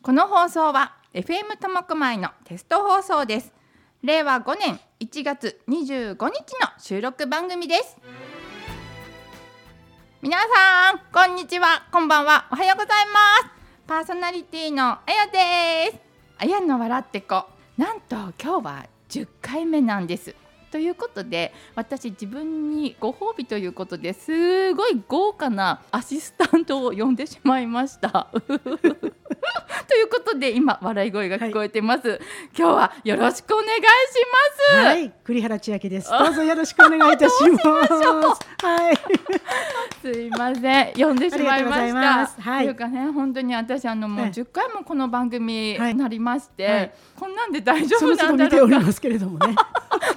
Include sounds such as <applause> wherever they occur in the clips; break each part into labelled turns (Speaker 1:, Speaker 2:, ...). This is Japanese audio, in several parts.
Speaker 1: この放送は FM 苫小牧のテスト放送です令和5年1月25日の収録番組です皆さんこんにちはこんばんはおはようございますパーソナリティのあやですあやの笑ってこなんと今日は10回目なんですということで私自分にご褒美ということですごい豪華なアシスタントを呼んでしまいました <laughs> ということで今笑い声が聞こえてます、今日はよろしくお願いします、
Speaker 2: はい、栗原千明です。どうぞよろしくお願いいたします。はい、
Speaker 1: すいません、呼んでしまいまし
Speaker 2: ありがとうござい
Speaker 1: た。
Speaker 2: ますはい
Speaker 1: というかね、本当に私あのもう
Speaker 2: ええ
Speaker 1: 10回もこの番組
Speaker 2: はい
Speaker 1: なりまして、
Speaker 2: はい
Speaker 1: こんなんで大丈
Speaker 2: そ
Speaker 1: 夫
Speaker 2: の
Speaker 1: な
Speaker 2: 都度
Speaker 1: んだ
Speaker 2: 見て
Speaker 1: ろ
Speaker 2: お
Speaker 1: う
Speaker 2: り
Speaker 1: か、
Speaker 2: ますけれどもね。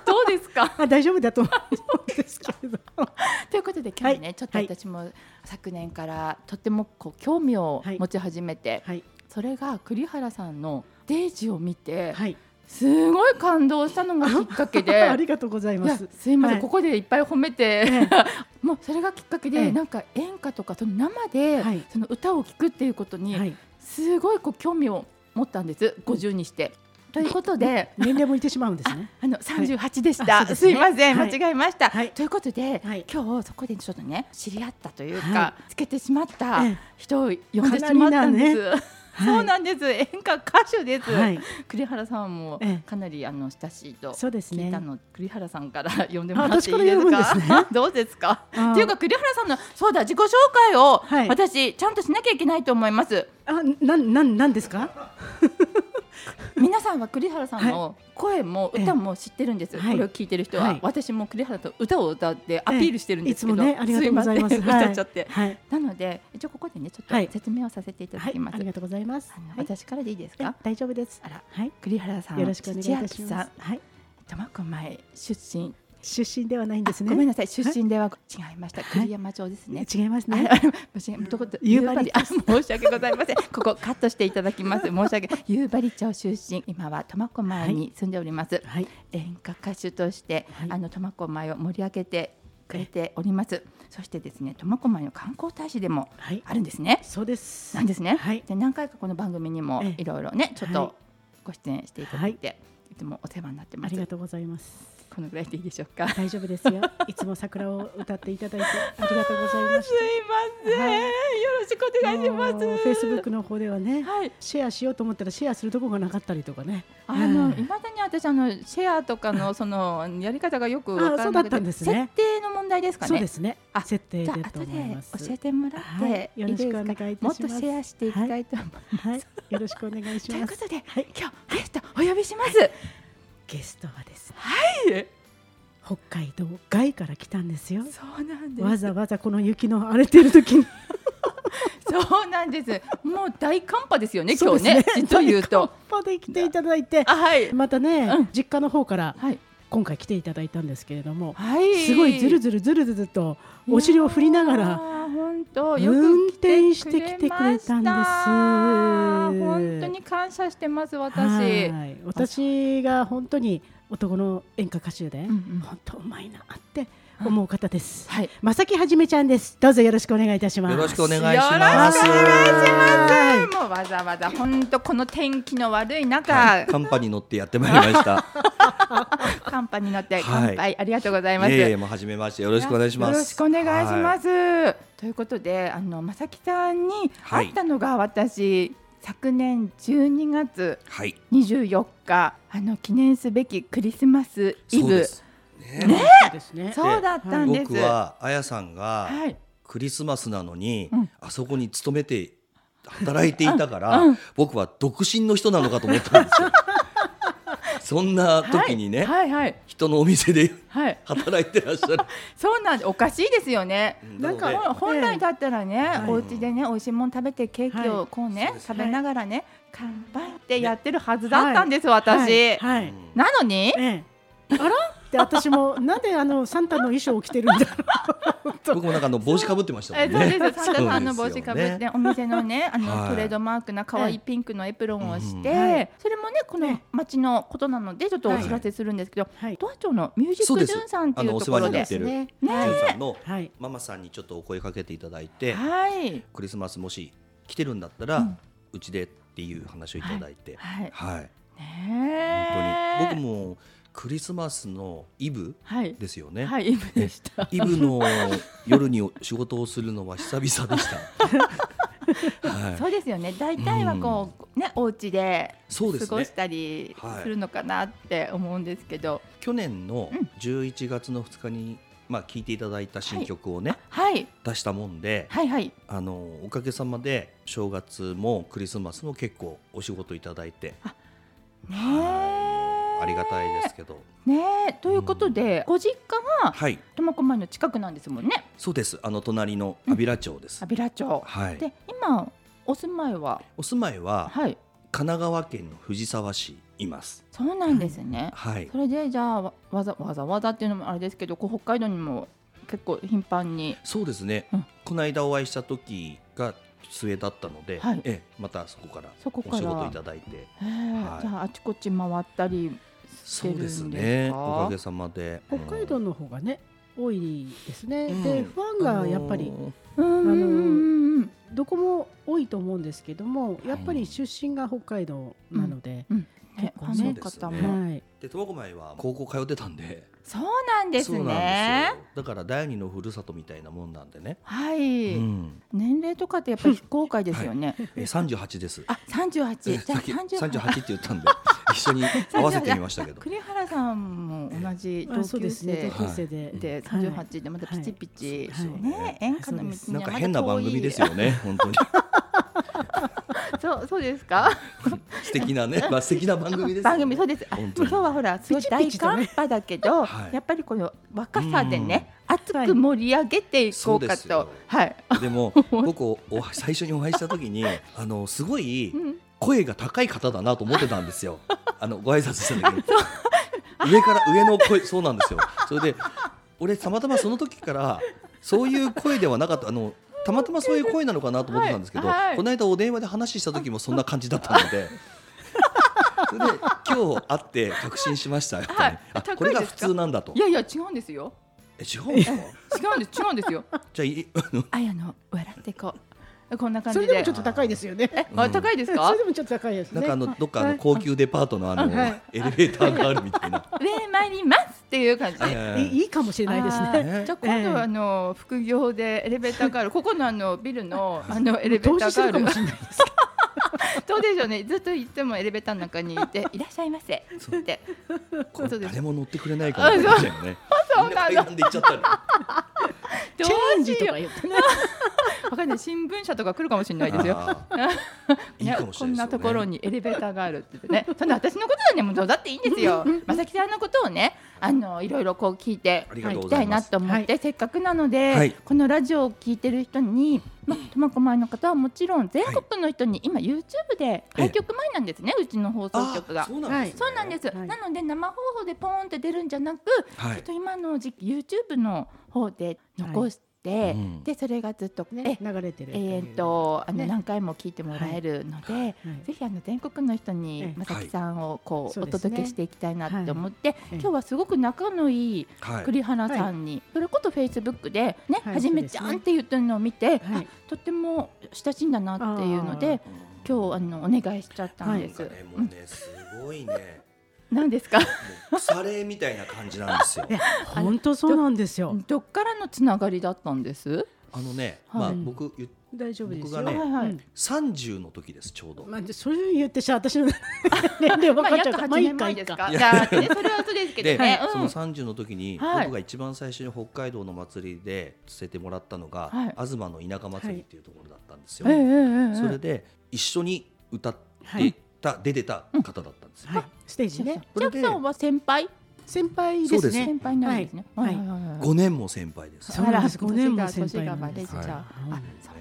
Speaker 1: どうですか。
Speaker 2: あ、大丈夫だと思うんですけれど。
Speaker 1: <laughs> ということで今日ね、
Speaker 2: はい
Speaker 1: ちょっと
Speaker 2: はい
Speaker 1: 私も昨年からとってもこう興味を
Speaker 2: はい
Speaker 1: 持ち始めて、
Speaker 2: はい、
Speaker 1: それが栗原さんのデイジを見て、
Speaker 2: はい、
Speaker 1: すごい感動したのがきっかけ <laughs> で。
Speaker 2: ありがとうござい
Speaker 1: い
Speaker 2: ま
Speaker 1: や
Speaker 2: す。
Speaker 1: すいません、
Speaker 2: はい
Speaker 1: ここでいっぱい褒めて、
Speaker 2: え
Speaker 1: <laughs> もうそれがきっかけで、
Speaker 2: ええ
Speaker 1: なんか演歌とかその生で、
Speaker 2: はい
Speaker 1: その歌を聴くっていうことに、
Speaker 2: はい、
Speaker 1: すごいこう興味を持ったんです50にして。ということで。
Speaker 2: 年齢もいてしまうんですね。
Speaker 1: あの38でした、
Speaker 2: あそうですすね
Speaker 1: いません、
Speaker 2: はい
Speaker 1: 間違えました、
Speaker 2: はい
Speaker 1: ということで、
Speaker 2: はい
Speaker 1: 今日そこでちょっとね知り合ったというか、
Speaker 2: は
Speaker 1: つけてしまった
Speaker 2: ええ
Speaker 1: 人を呼んでしまったんです、 <laughs>
Speaker 2: はい
Speaker 1: そうなんです演歌歌手です、
Speaker 2: はい、
Speaker 1: 栗原さんも
Speaker 2: ええ
Speaker 1: かなりあの親しいと
Speaker 2: そうです
Speaker 1: 聞い
Speaker 2: ね
Speaker 1: た。の、栗原さんから呼んでもら
Speaker 2: あ
Speaker 1: って
Speaker 2: 私
Speaker 1: いい
Speaker 2: から
Speaker 1: です
Speaker 2: 呼ぶん
Speaker 1: か
Speaker 2: ですね
Speaker 1: <laughs> どうですか
Speaker 2: あ
Speaker 1: っていうか栗原さんのそうだ自己紹介を、
Speaker 2: はい
Speaker 1: 私ちゃんとしなきゃいけないと思います
Speaker 2: あ、なん、なん、なんですか。
Speaker 1: 皆さんは栗原さんの声も歌も知ってるんです、
Speaker 2: はい
Speaker 1: これを聞いてる人は、
Speaker 2: はい
Speaker 1: 私も栗原と歌を歌ってアピールしてるんですけど、
Speaker 2: いつもね、ありがとうございます。
Speaker 1: すません
Speaker 2: はい
Speaker 1: 歌っちゃって、
Speaker 2: はい、
Speaker 1: なので一応ここでねちょ
Speaker 2: は
Speaker 1: っ
Speaker 2: い
Speaker 1: と説明をさせていただ
Speaker 2: はい
Speaker 1: き、ます、
Speaker 2: ありがとうございます
Speaker 1: あの。
Speaker 2: はい
Speaker 1: 私からでいいです
Speaker 2: え
Speaker 1: か
Speaker 2: 大丈夫です。
Speaker 1: あら
Speaker 2: はい、
Speaker 1: 栗原さん
Speaker 2: よろしくお願いいたし
Speaker 1: 千秋さ
Speaker 2: ま
Speaker 1: ん
Speaker 2: す。はい、
Speaker 1: 苫小牧出身
Speaker 2: 出身ではないんですね。
Speaker 1: あごめん
Speaker 2: ん
Speaker 1: なさい出身では違いました、
Speaker 2: はい
Speaker 1: 栗山町ですね、
Speaker 2: 違います
Speaker 1: あ
Speaker 2: ね。
Speaker 1: あ間違えどこ夕
Speaker 2: 夕張
Speaker 1: 張あ申し訳ございません。ここカットしていただきます。申し訳夕張町出身、今は苫小牧に住んでおります。
Speaker 2: はい、
Speaker 1: 演歌歌手として、
Speaker 2: はい
Speaker 1: あの苫小牧を盛り上げてくれております。そしてですね、苫小牧の観光大使でも
Speaker 2: はい、
Speaker 1: あるんですね。
Speaker 2: そうです。
Speaker 1: なんですね。
Speaker 2: はい
Speaker 1: で何回かこの番組にも
Speaker 2: ええ
Speaker 1: いろいろね、ちょっ
Speaker 2: はい
Speaker 1: とご出演していただいて、い、つもお世話になって
Speaker 2: あ
Speaker 1: ます
Speaker 2: り。がとうございます。
Speaker 1: このぐらいでいいでしょうか。すい
Speaker 2: 大丈夫
Speaker 1: <laughs>
Speaker 2: ですよ。いつも桜を歌っていただいてありがとうございまし
Speaker 1: ません。
Speaker 2: はい
Speaker 1: よろしくお
Speaker 2: た。
Speaker 1: 願いします。
Speaker 2: フェイスブックの方ではね、
Speaker 1: はい。
Speaker 2: シェアしようと思ったらシェアするとこがなかったりとかね。
Speaker 1: あの、
Speaker 2: うん
Speaker 1: いまだに私あのシェアとかのそのやり方がよく分か
Speaker 2: あそ
Speaker 1: ら
Speaker 2: うだ
Speaker 1: な
Speaker 2: っ
Speaker 1: く
Speaker 2: た
Speaker 1: て、
Speaker 2: んです
Speaker 1: 設
Speaker 2: ね
Speaker 1: 定の問題ですかね。
Speaker 2: そうですね
Speaker 1: あ。
Speaker 2: 設
Speaker 1: じ
Speaker 2: 定で
Speaker 1: ゃあ
Speaker 2: と
Speaker 1: 後
Speaker 2: 思い
Speaker 1: で
Speaker 2: ます。
Speaker 1: 教えてもらっ
Speaker 2: はい
Speaker 1: て、い
Speaker 2: よ
Speaker 1: いで
Speaker 2: ろ
Speaker 1: す
Speaker 2: しく
Speaker 1: か
Speaker 2: お願いい
Speaker 1: も
Speaker 2: た
Speaker 1: っ
Speaker 2: し
Speaker 1: と
Speaker 2: ます。
Speaker 1: シェアしていきた
Speaker 2: はい。
Speaker 1: いと思います。
Speaker 2: はいよろしくお願いし
Speaker 1: という
Speaker 2: ま
Speaker 1: こ
Speaker 2: す。
Speaker 1: とで、
Speaker 2: はい。
Speaker 1: 今日ゲストお呼びします。は
Speaker 2: ゲストはですね、
Speaker 1: い、
Speaker 2: 北海道外から来たんですよ。
Speaker 1: そうなんで
Speaker 2: わ
Speaker 1: す。
Speaker 2: ざわざこの雪の荒れてる時に。
Speaker 1: そうなんです。もう大寒波ですよね。
Speaker 2: そ
Speaker 1: 今
Speaker 2: う
Speaker 1: 日
Speaker 2: です
Speaker 1: ね、実を言うと。
Speaker 2: パで来ていただいて、
Speaker 1: あ、はい、
Speaker 2: またね、
Speaker 1: うん
Speaker 2: 実家の方から
Speaker 1: はい、
Speaker 2: 今回来ていただいたんですけれども、
Speaker 1: はい。
Speaker 2: すごいずるずるずるずるとお尻を振りなが
Speaker 1: いやー
Speaker 2: ら
Speaker 1: 本当よく
Speaker 2: 運転
Speaker 1: 来
Speaker 2: してきてくれたんです
Speaker 1: ました本当に感謝してます私。
Speaker 2: はい私が本当に男の演歌歌手で、
Speaker 1: うんうん
Speaker 2: 本当うまいなって思う方です。
Speaker 1: はい。
Speaker 2: まさきはじめちゃんです。どうぞよろしくお願いいたします。
Speaker 3: よろしく
Speaker 2: お
Speaker 3: お願いします。
Speaker 1: よろしくお願い
Speaker 2: は
Speaker 1: します。もうわざわざ本当この天気の悪い中、
Speaker 3: はいカンパに乗ってやってまい
Speaker 1: <laughs>
Speaker 3: りました。
Speaker 1: 寒波に乗って
Speaker 3: はい
Speaker 1: 乾杯、ありがとうございます。
Speaker 3: ええ、もう初めまして、よろしくお願いします。。
Speaker 1: よろしくお願いしますす。ということで、あのまさきさんに
Speaker 3: は
Speaker 1: 会
Speaker 3: い
Speaker 1: ったのが私、昨年12月
Speaker 3: はい。
Speaker 1: 24日あの記念すべきクリスマスイ
Speaker 3: そうで
Speaker 1: ブ。
Speaker 3: す。
Speaker 2: い。
Speaker 3: ね
Speaker 2: ね、そうですね。
Speaker 1: そうだったんです。
Speaker 3: 僕はあやさんが
Speaker 1: はい
Speaker 3: クリスマスなのに
Speaker 1: うん
Speaker 3: あそこに勤めて働いていたから
Speaker 1: うんうん
Speaker 3: 僕は独身の人なのかと思ったんで
Speaker 1: <laughs>
Speaker 3: すよ。そんな時にね
Speaker 1: はいはい
Speaker 3: 人のお店で <laughs>
Speaker 1: はい、はい、
Speaker 3: 働いてらっしゃる。
Speaker 1: そうなんでおかしいですよね。
Speaker 2: なんか
Speaker 3: なので
Speaker 1: ほん本来だったらね、
Speaker 2: はい
Speaker 1: お家でね美味しいもん食べてケーキ
Speaker 2: は
Speaker 1: を
Speaker 2: い
Speaker 1: こうね、
Speaker 3: そうです
Speaker 1: 食べながらね乾杯ってやってるはず
Speaker 2: ね
Speaker 1: だったんです、私、
Speaker 2: はい。はい
Speaker 3: うん
Speaker 1: なのに
Speaker 2: ええ、あらって私もなんであのサンタの衣装を着てるんだ
Speaker 1: <laughs>
Speaker 2: ろうと。
Speaker 3: 僕もなんかあの帽子かぶってましたも
Speaker 1: え
Speaker 3: ん
Speaker 1: そうです
Speaker 3: ね。
Speaker 1: サンタさんの帽子かぶっ
Speaker 3: そうですよね
Speaker 1: てお店の
Speaker 3: <laughs>
Speaker 1: ねあの、
Speaker 3: はい
Speaker 1: トレードマークな可愛いピンクのエプロンをして、
Speaker 2: うんはい
Speaker 1: それもねこの町のことなのでちょっとお知らせするんですけど、
Speaker 2: はい。
Speaker 1: 都庁のミュージッ
Speaker 3: そう
Speaker 1: ク
Speaker 3: で
Speaker 1: ジ
Speaker 3: す
Speaker 1: ュンさんってい
Speaker 3: あの
Speaker 1: う
Speaker 3: お
Speaker 1: と
Speaker 3: 世
Speaker 1: こ
Speaker 3: 話
Speaker 1: ろ
Speaker 3: にな
Speaker 1: で
Speaker 3: ってる
Speaker 2: ね。
Speaker 3: ジ
Speaker 1: ね
Speaker 3: ュンさんの
Speaker 2: はい。
Speaker 3: ママさんにちょっとお声かけていただいて。
Speaker 1: はい
Speaker 3: クリスマスもし来てるんだったら、
Speaker 1: う
Speaker 3: うんちでっていう話をいただいて、
Speaker 1: はい。
Speaker 3: はい、
Speaker 1: ねえ
Speaker 3: 本当に僕。もクリスマスのイブ
Speaker 1: はい。
Speaker 3: ですよね。
Speaker 1: はい、イブでした。
Speaker 3: イブの夜に仕事をするのは久々で
Speaker 1: <laughs>
Speaker 3: した。はい、
Speaker 1: そうですよね。大体はこう、ね、お家で
Speaker 3: そうですね
Speaker 1: 過ごしたり
Speaker 3: はい
Speaker 1: するのかなって思うんですけど。
Speaker 3: 去年の
Speaker 1: うん
Speaker 3: 11月の2日に、まあ、聴いていただいた新曲をね、
Speaker 1: はい、
Speaker 3: 出したもんで、
Speaker 1: はい、はい。
Speaker 3: あのおかげさまで正月もクリスマスも結構お仕事いただいて
Speaker 1: ね
Speaker 3: はいありがたいですけど、
Speaker 1: え。ねえ、ということで、ご実家が
Speaker 3: はい
Speaker 1: 苫小牧の近くなんですもんね。
Speaker 3: そうですあの隣の安平町です、
Speaker 1: 安平町。
Speaker 3: はい
Speaker 1: で、今、お住まいは。
Speaker 3: お住まいは
Speaker 1: はい。
Speaker 3: 神奈川県の藤沢市います
Speaker 1: そうなんですね。
Speaker 3: はい
Speaker 1: それで、じゃあ、わわざわざわざっていうのもあれですけど、こう北海道にも。結構頻繁に。
Speaker 3: そうですね、
Speaker 1: うん
Speaker 3: この間お会いした時が末だったので、
Speaker 1: はい
Speaker 3: ええまたそこから
Speaker 1: そこか
Speaker 3: お
Speaker 1: ら
Speaker 3: 仕事いただいて
Speaker 1: へえ
Speaker 3: はい
Speaker 1: じゃあ、あちこち回ったり。して
Speaker 3: そ
Speaker 1: る
Speaker 3: うん
Speaker 1: で
Speaker 3: ですす
Speaker 1: か
Speaker 3: ねおかげさまで
Speaker 2: 北海道
Speaker 3: の、
Speaker 2: の方がね多いですね、
Speaker 3: うん
Speaker 2: でファンがやっぱり
Speaker 3: あの
Speaker 1: う
Speaker 3: ー
Speaker 1: んうんうんうん
Speaker 2: どこも多いと思うんですけどもやっぱり出身が北海道なので、
Speaker 1: ね
Speaker 2: 結
Speaker 1: フ
Speaker 2: 構
Speaker 1: ァンの
Speaker 3: そうです
Speaker 1: 方
Speaker 3: ね
Speaker 1: も。
Speaker 2: はい、
Speaker 3: で苫小牧は高校通ってたんで
Speaker 1: そうなんです
Speaker 3: そうな
Speaker 1: ね
Speaker 3: ん。ですよだから第二の故郷みたいなもんなんでね、
Speaker 1: は
Speaker 3: う
Speaker 1: い、
Speaker 3: ん、
Speaker 1: 年齢とかってやっぱり非公開ですよね。
Speaker 3: え38です
Speaker 1: あ、三十八。
Speaker 3: え
Speaker 1: じゃ
Speaker 3: さ
Speaker 1: あ
Speaker 3: っき
Speaker 1: 三十
Speaker 3: 38って言ったんで一緒に合わせてみましたけど
Speaker 1: 栗原 <laughs> さんも同じ
Speaker 2: あ
Speaker 1: 同
Speaker 2: そうで
Speaker 1: 級
Speaker 2: すね
Speaker 1: 生
Speaker 3: 同
Speaker 2: 同級生で、
Speaker 1: で三十八でまたピチピチ、
Speaker 2: はい
Speaker 3: はい
Speaker 1: ね演歌の道に
Speaker 3: な
Speaker 1: は
Speaker 3: ん
Speaker 1: ま
Speaker 3: か
Speaker 1: だ遠い
Speaker 3: 変な番組です。よね本当に
Speaker 1: そうそうですか。
Speaker 3: 素敵な
Speaker 1: <laughs>
Speaker 3: ねまあ素敵な番組ですよね
Speaker 1: 番組そうです。あ
Speaker 3: 本
Speaker 1: 今
Speaker 3: 当に
Speaker 1: 日はほらすごい
Speaker 2: ピチ
Speaker 1: 大
Speaker 2: ピチとね
Speaker 1: 寒波だけど、
Speaker 3: はい
Speaker 1: やっぱりこの若さでね、熱く盛り上げていこうかと、
Speaker 3: はいそうですよ
Speaker 1: はい。<laughs>
Speaker 3: でも僕おお最初にお会いした時にあのすごい
Speaker 1: うん
Speaker 3: 声が高い方だなと思ってた
Speaker 1: <laughs>
Speaker 3: んですよ。あのご挨拶した時に <laughs> 上から上の声そうなんですよ。それで俺たまたまその時からそういう声ではなかったあのたまたまそういう声なのかなと思ってたんですけど、
Speaker 1: はいはい
Speaker 3: この間お電話で話した時もそんな感じだった
Speaker 1: <laughs>
Speaker 3: ので。それで今日会って確信しました、やっぱり
Speaker 1: 高い
Speaker 3: あ
Speaker 1: ですか
Speaker 3: これが普通なんだと
Speaker 1: いやいや違うんですよ。
Speaker 3: え違う
Speaker 1: <laughs>
Speaker 3: んですか
Speaker 1: 違うんです違うんです
Speaker 2: <laughs>
Speaker 1: よ。
Speaker 3: じゃあいあの
Speaker 1: あやの笑ってこうこんな感
Speaker 2: そ
Speaker 1: じで。
Speaker 2: れでもちょっと高いですよね。
Speaker 1: えあ高いです
Speaker 2: <laughs> そ
Speaker 1: か
Speaker 2: れ？でもちょっと高いですね。
Speaker 3: なんかあのどっかあ
Speaker 2: は
Speaker 3: の
Speaker 2: い
Speaker 3: 高級デパートのあの
Speaker 2: はい
Speaker 3: エレベーターがあるみた
Speaker 1: <laughs>
Speaker 3: いな。
Speaker 1: で参りますっていう感じで。
Speaker 3: え
Speaker 2: いい
Speaker 3: ー
Speaker 2: いいかもしれないですね。
Speaker 1: あーじゃあ今度はあの副業でエレベーターガール、ここのあのビルのあのエレベー
Speaker 2: 投
Speaker 1: タ
Speaker 2: 資する
Speaker 1: ー
Speaker 2: か
Speaker 1: ガー
Speaker 2: もし
Speaker 1: ル、
Speaker 2: れないです。
Speaker 1: そうですよね。ずっといつもエレベーターの中にい
Speaker 3: <laughs>
Speaker 1: ていらっしゃいませって。
Speaker 3: これ誰も乗ってくれないかもし
Speaker 1: <laughs>
Speaker 3: れないよね。
Speaker 1: そう
Speaker 3: みんな
Speaker 1: な
Speaker 3: 階
Speaker 1: の。
Speaker 3: 段で行っちゃったら。
Speaker 1: ど
Speaker 2: チェン
Speaker 1: う
Speaker 2: ジ
Speaker 1: し
Speaker 2: と
Speaker 1: よ
Speaker 2: か言ってね。
Speaker 1: う。わかんない新聞社とか来るかもしれないですよ。
Speaker 3: あーいいかもし
Speaker 1: こ
Speaker 3: れ
Speaker 1: ん
Speaker 3: ない
Speaker 1: な
Speaker 3: ですよね。
Speaker 1: ところにエレベーターがあるって言ってね、そんな私のことはね、もうどうだっていいんですよ。まさきさんのことをね、あのいろいろこう聞いて
Speaker 3: あ
Speaker 1: い
Speaker 3: りがとう
Speaker 1: き
Speaker 3: ご
Speaker 1: た
Speaker 3: ざ
Speaker 1: い
Speaker 3: い
Speaker 1: な
Speaker 3: ます
Speaker 1: と思って、せっかくなので、
Speaker 3: はい
Speaker 1: このラジオを聞いてる人に、ま苫小牧の方はもちろん全国の人に、今 YouTube で開局前なんですね、うちの放
Speaker 3: あ
Speaker 1: 送
Speaker 3: ー
Speaker 1: 局が。
Speaker 3: そうなんです、ね。
Speaker 1: そうなんです、
Speaker 2: はい
Speaker 1: なので生放送でポーンって出るんじゃなく、
Speaker 3: は
Speaker 1: ちょ
Speaker 3: い
Speaker 1: っと今の時期 YouTube の方で残して、
Speaker 3: うん
Speaker 1: でそれがずっと、
Speaker 2: ね
Speaker 1: え
Speaker 2: 流れてる。
Speaker 1: えー、とあの、
Speaker 2: ね
Speaker 1: 何回も聞いてもらえるので、
Speaker 2: はい
Speaker 1: ぜひあの全国の人
Speaker 2: え
Speaker 1: に
Speaker 2: え
Speaker 1: まさきさんをこう
Speaker 2: はい
Speaker 1: お届けしていきたいなって思って、
Speaker 2: ええ
Speaker 1: 今日はすごく仲のいい
Speaker 3: はい。
Speaker 1: 栗原さんに、それこそフェイスブックでね、
Speaker 2: はい
Speaker 1: はじめちゃんって言ってるのを見て、
Speaker 2: はい
Speaker 1: あとっても親しいんだなっていうので今日あのお願いしちゃったんです。
Speaker 3: なんかねもうねすごいね
Speaker 1: 何ですか？ <laughs>
Speaker 3: もう腐れみたいな感じなんですよ。
Speaker 2: 本当そうなんですよ。
Speaker 1: どっからのつながりだったんです？
Speaker 3: あのね、
Speaker 1: はい
Speaker 3: まあ僕ゆ
Speaker 2: 大丈夫ですよ。
Speaker 3: 僕がね
Speaker 1: はいはい
Speaker 2: うん
Speaker 3: 30の時ですちょうど。
Speaker 2: まあ、でそれ言ってしゃ私の <laughs> 年齢分
Speaker 1: まあ
Speaker 2: かっちゃう
Speaker 1: 約
Speaker 2: から。
Speaker 1: 8年前です
Speaker 2: まあ
Speaker 1: か？じゃあ、ね、それはそうですけ
Speaker 3: で、
Speaker 1: どね。
Speaker 3: そ
Speaker 1: うん
Speaker 3: の30の時に、
Speaker 1: はい
Speaker 3: 僕が一番最初に北海道の祭りでさせてもらったのが、
Speaker 1: はい
Speaker 3: 東の田舎祭りっていうところだったんですよ。
Speaker 1: ええええええ
Speaker 3: それで一緒に歌って
Speaker 2: い
Speaker 3: た、出てた方だったんですよ。
Speaker 2: はいはい、ステージね。
Speaker 3: そ
Speaker 1: ジャク
Speaker 3: れで
Speaker 1: さんは先輩
Speaker 2: 先輩です
Speaker 3: そうです
Speaker 2: ね
Speaker 1: 先。輩なんですね。
Speaker 2: はい
Speaker 1: はいはいはい
Speaker 3: 5年も先輩です。
Speaker 2: そうなんです5年も先輩なんです
Speaker 1: 年が年が
Speaker 3: は
Speaker 1: あそう
Speaker 2: は
Speaker 1: なんですね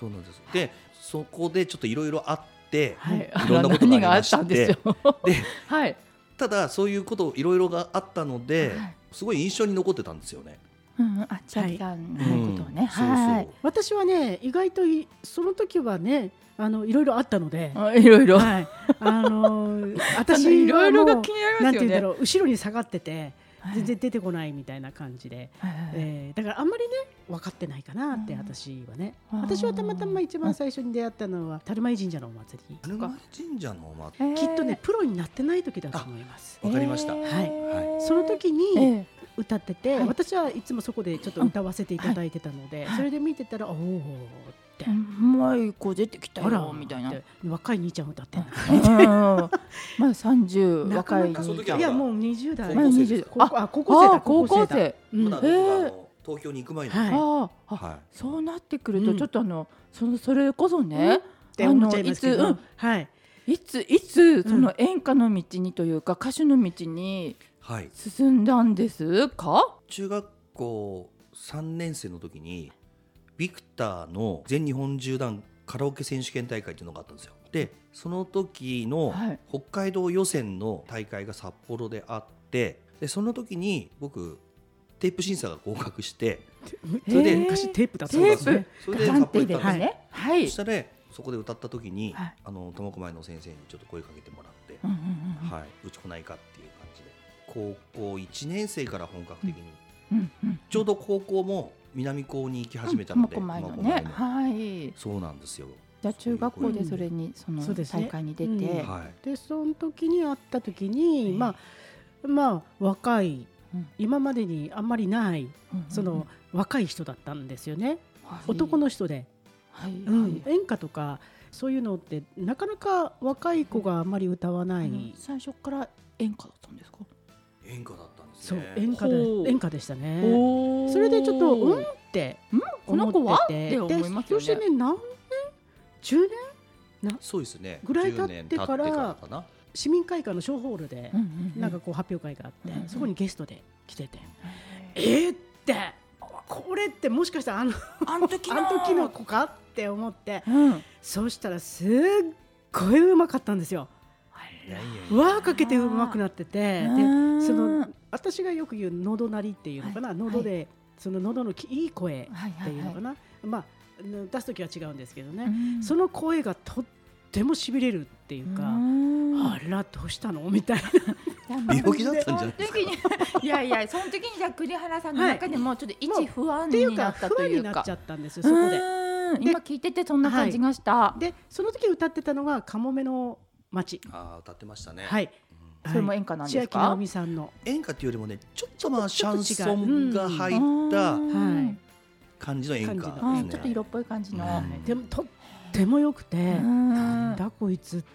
Speaker 3: そうなんです。で、そこでちょっといろいろあって、
Speaker 1: はいい、
Speaker 3: ろんなことがありまして
Speaker 1: 何よ。
Speaker 3: で、
Speaker 1: <laughs> はい、
Speaker 3: ただそういうこといろいろがあったので、
Speaker 1: はい
Speaker 3: すごい印象に残ってたんですよね。
Speaker 1: うんうん、あ、千秋さんのことをね、
Speaker 3: うん
Speaker 1: はい
Speaker 3: そう
Speaker 2: 私はね意外といその時はねあのいろいろあったので、
Speaker 1: あ、いろいろ、
Speaker 2: はい、あ
Speaker 1: あ
Speaker 2: のー
Speaker 1: の
Speaker 2: 私
Speaker 1: いろいろ <laughs>
Speaker 2: はも
Speaker 1: が
Speaker 2: う
Speaker 1: 気になり
Speaker 2: な
Speaker 1: ま
Speaker 2: ん
Speaker 1: す
Speaker 2: て
Speaker 1: よ
Speaker 2: 言うんだ
Speaker 1: ね。
Speaker 2: ろう後ろに下がってて全然出てこないみたいな感じで、えーだからあんまりね分かってないかなって
Speaker 1: うん
Speaker 2: 私はね、
Speaker 1: あー
Speaker 2: 私はたまたま一番最初に出会ったのは樽前神社のお祭り、
Speaker 3: 鶴丸神社のお祭
Speaker 1: えー
Speaker 2: きっとねプロになってない時だと思います
Speaker 3: わかりました
Speaker 2: はい
Speaker 3: は
Speaker 2: その時に、
Speaker 1: え
Speaker 2: 歌ってて、
Speaker 1: はい
Speaker 2: 私はいつもそこでちょっと歌わせていただいてたので、それで見てたら「おお」って
Speaker 1: ー、うまい子出てき
Speaker 2: 「
Speaker 1: た
Speaker 2: あら
Speaker 1: よ」みたいな。
Speaker 2: って若い兄ちゃん歌ってんだ
Speaker 1: うん <laughs> まだ三十
Speaker 2: なか
Speaker 1: 若い
Speaker 2: なか
Speaker 3: その時はまだ
Speaker 2: いやもう20代
Speaker 1: まだ二十
Speaker 2: 高校あ高校生
Speaker 1: あ
Speaker 2: だ
Speaker 1: 高校
Speaker 2: だ
Speaker 1: 生
Speaker 2: う
Speaker 3: い
Speaker 2: ん
Speaker 3: まだ
Speaker 1: え
Speaker 3: 僕はあの東京に行く前に
Speaker 2: はい
Speaker 1: ああ、あ
Speaker 3: は
Speaker 1: そうなってくると
Speaker 2: うん
Speaker 1: ちょっとあの、そのそれこそね、
Speaker 2: って思っちゃいますけ
Speaker 1: あのい
Speaker 2: ど
Speaker 1: つ
Speaker 2: はい
Speaker 1: いついつ
Speaker 2: ん
Speaker 1: その演歌の道にというか、歌手の道に
Speaker 3: いはい
Speaker 1: 進んだんですか？
Speaker 3: 中学校3年生の時にビクターの全日本縦断カラオケ選手権大会っていうのがあったんですよでその時の
Speaker 1: はい
Speaker 3: 北海道予選の大会が札幌であってでその時に僕テープ審査が合格して
Speaker 2: それで
Speaker 1: へー
Speaker 2: 昔テープだったん
Speaker 1: テ
Speaker 2: で
Speaker 1: ー
Speaker 2: す
Speaker 1: プ
Speaker 2: ね
Speaker 3: それで
Speaker 1: ガン
Speaker 3: 札
Speaker 1: テ
Speaker 3: 幌
Speaker 1: ィで
Speaker 3: 行っ
Speaker 1: す
Speaker 3: たんですよ
Speaker 1: ね。はい
Speaker 3: そし。たらそこで歌った時に
Speaker 1: はい
Speaker 3: あの苫小牧の先生にちょっと声かけてもらって
Speaker 1: うんうんうん
Speaker 3: はい、うち来ないかっていう感じで高校1年生から本格的に、
Speaker 1: うんうん
Speaker 3: ちょうど高校も南高に行き始めた
Speaker 1: うん
Speaker 3: ので、
Speaker 1: 苫小牧の
Speaker 3: 苫
Speaker 1: ね
Speaker 3: 小。牧の
Speaker 1: はい。
Speaker 3: そうなんですよ
Speaker 1: じゃあ中学校でそれにその
Speaker 2: そうですね
Speaker 1: 大会に出
Speaker 2: う
Speaker 1: て
Speaker 2: ん、
Speaker 3: はい
Speaker 2: でその時に会った時に
Speaker 1: うん
Speaker 2: まあまあ若い
Speaker 1: うん
Speaker 2: 今までにあんまりないそ
Speaker 1: うんうんう
Speaker 2: の
Speaker 1: ん
Speaker 2: 若い人だったんですよね
Speaker 1: はい
Speaker 2: 男の人で
Speaker 1: はいはい
Speaker 2: うん、演歌とかそういうのってなかなか若い子があまり歌わな
Speaker 1: あ
Speaker 2: い、
Speaker 1: の最初から演歌だったんですか？
Speaker 3: 演歌だったんです
Speaker 2: そう
Speaker 3: ね
Speaker 2: 演歌
Speaker 1: ほう
Speaker 2: で演歌でしたね
Speaker 1: おー
Speaker 2: それでちょっとうんって
Speaker 1: この
Speaker 2: 思
Speaker 1: 子はっ
Speaker 2: ってて
Speaker 1: て思いますよ
Speaker 2: でそして
Speaker 1: ね。
Speaker 2: ね何年10年
Speaker 3: そうですね
Speaker 2: ぐらい
Speaker 3: 10
Speaker 2: 経
Speaker 3: 年
Speaker 2: ってから
Speaker 3: かな
Speaker 2: 市民会館の小ホールで
Speaker 1: う、んう
Speaker 2: なんかこう発表会があって、
Speaker 1: うん
Speaker 2: そこにゲストで来てて、
Speaker 1: へー
Speaker 2: えーってこれってもしかしたらあの
Speaker 1: あの時
Speaker 2: あの時の子かって思って
Speaker 1: うん。
Speaker 2: そうしたらすっごいうまかったんですよ。
Speaker 3: いやいやいや
Speaker 2: 輪かけてうまくなっててで
Speaker 1: で
Speaker 2: その私がよく言う喉鳴りっていうのかな、
Speaker 1: はい
Speaker 2: 喉で、その喉のきいい声
Speaker 1: はい
Speaker 2: っ
Speaker 1: は
Speaker 2: て
Speaker 1: い
Speaker 2: いう
Speaker 1: は
Speaker 2: の
Speaker 1: い
Speaker 2: か。な、まああの出す時は違うんですけど
Speaker 1: う
Speaker 2: ね、
Speaker 1: ん
Speaker 2: その声がとってもしびれるっていうか、
Speaker 1: うん
Speaker 2: あらどうしたのみたいな
Speaker 3: 病気だったんじゃないですか
Speaker 1: その時にいやいやその時にじゃあ栗原さんの中でもちょっと一不安
Speaker 2: ってい
Speaker 1: に
Speaker 2: う
Speaker 1: な
Speaker 2: か
Speaker 1: った
Speaker 2: 不
Speaker 1: と
Speaker 2: 安
Speaker 1: い
Speaker 2: に
Speaker 1: う
Speaker 2: な
Speaker 1: か
Speaker 2: っちゃったんですよそこで。
Speaker 1: うん今聞いててそんな感じがした。
Speaker 2: でその時歌ってたのが「かもめの町
Speaker 3: あー歌ってました」ね、
Speaker 2: はい、
Speaker 3: うん
Speaker 1: それも演歌なんです
Speaker 2: 千秋
Speaker 1: か？
Speaker 2: 直美さんの、
Speaker 3: 演歌っていうよりもねちょっとまあシャン
Speaker 2: ちょっと
Speaker 3: ソ
Speaker 2: 違う
Speaker 3: ンが入った
Speaker 1: うん
Speaker 2: はい
Speaker 3: 感じの演歌
Speaker 2: うん
Speaker 1: は
Speaker 3: です
Speaker 1: い
Speaker 3: ね
Speaker 1: ちょっと色っぽい感じの。
Speaker 3: うん
Speaker 2: でもとってもよくて、
Speaker 1: うん
Speaker 2: なんだこい
Speaker 1: <laughs>
Speaker 2: つって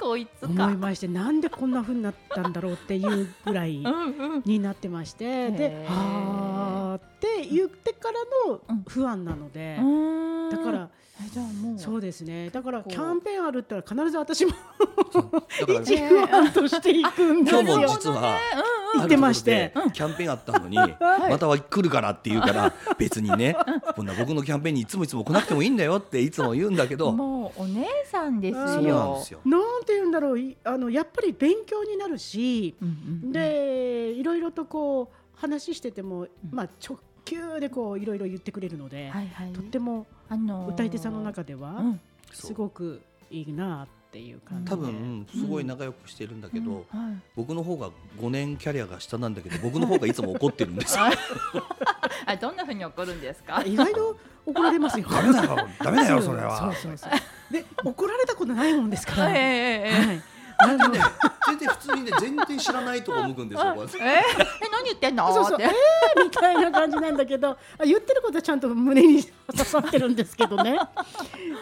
Speaker 1: こいつ
Speaker 2: 思いましてなんでこんな風になったんだろうっていうぐらい。
Speaker 1: うんうん。
Speaker 2: になってまして
Speaker 1: へー
Speaker 2: で「あー」って言ってからの不安なので、
Speaker 1: うん
Speaker 2: だから、
Speaker 1: えじゃあもう
Speaker 2: そうですねだから
Speaker 1: こう
Speaker 2: キャンペーンあるったら必ず私も
Speaker 3: だから
Speaker 2: 一不安としていくんです
Speaker 3: 今
Speaker 2: よ。
Speaker 3: 日も実は
Speaker 2: 行ってまして
Speaker 3: あるところでキャンペーンあった
Speaker 2: <laughs>
Speaker 3: のにまたは来るからって言うから別にねこんな僕のキャンペーンにいつもいつも来なくてもいいんだよっていつも言うんだけど
Speaker 1: もうお姉さんですよ。
Speaker 3: そうなんですよ
Speaker 2: なんて言うんだろういあのやっぱり勉強になるし、
Speaker 1: うんうんうん、
Speaker 2: でいろいろとこう話してても、
Speaker 1: ん
Speaker 2: まあ、直球でこういろいろ言ってくれるので、
Speaker 1: はいはい、
Speaker 2: とっても
Speaker 1: あのー
Speaker 2: 歌い手さんの中で
Speaker 1: う
Speaker 2: は
Speaker 1: ん、
Speaker 3: そう
Speaker 2: すごくいいなっていう感じで
Speaker 3: 多分すごい仲良くしてるんだけど、
Speaker 1: はい、
Speaker 3: 僕の方が5年キャリアが下なんだけど僕の方がいつも怒ってるんです <laughs> よ
Speaker 1: あどんな風に怒るんですか？
Speaker 2: 意外と怒られますよ。
Speaker 3: <laughs> ダメだよダメだよそれ
Speaker 2: そう
Speaker 3: は
Speaker 2: そうそうで怒られたことないもんですから。はい。
Speaker 1: え
Speaker 2: あの
Speaker 3: ね全然普通にね全然知らないとこ向くんですよこうやって
Speaker 1: え <laughs> え何言ってんの？
Speaker 2: そうそう
Speaker 1: っ
Speaker 2: え
Speaker 1: て
Speaker 2: ー <laughs> みたいな感じなんだけど、あ言ってることはちゃんと胸に刺さってるんですけど
Speaker 1: <laughs>
Speaker 2: ね。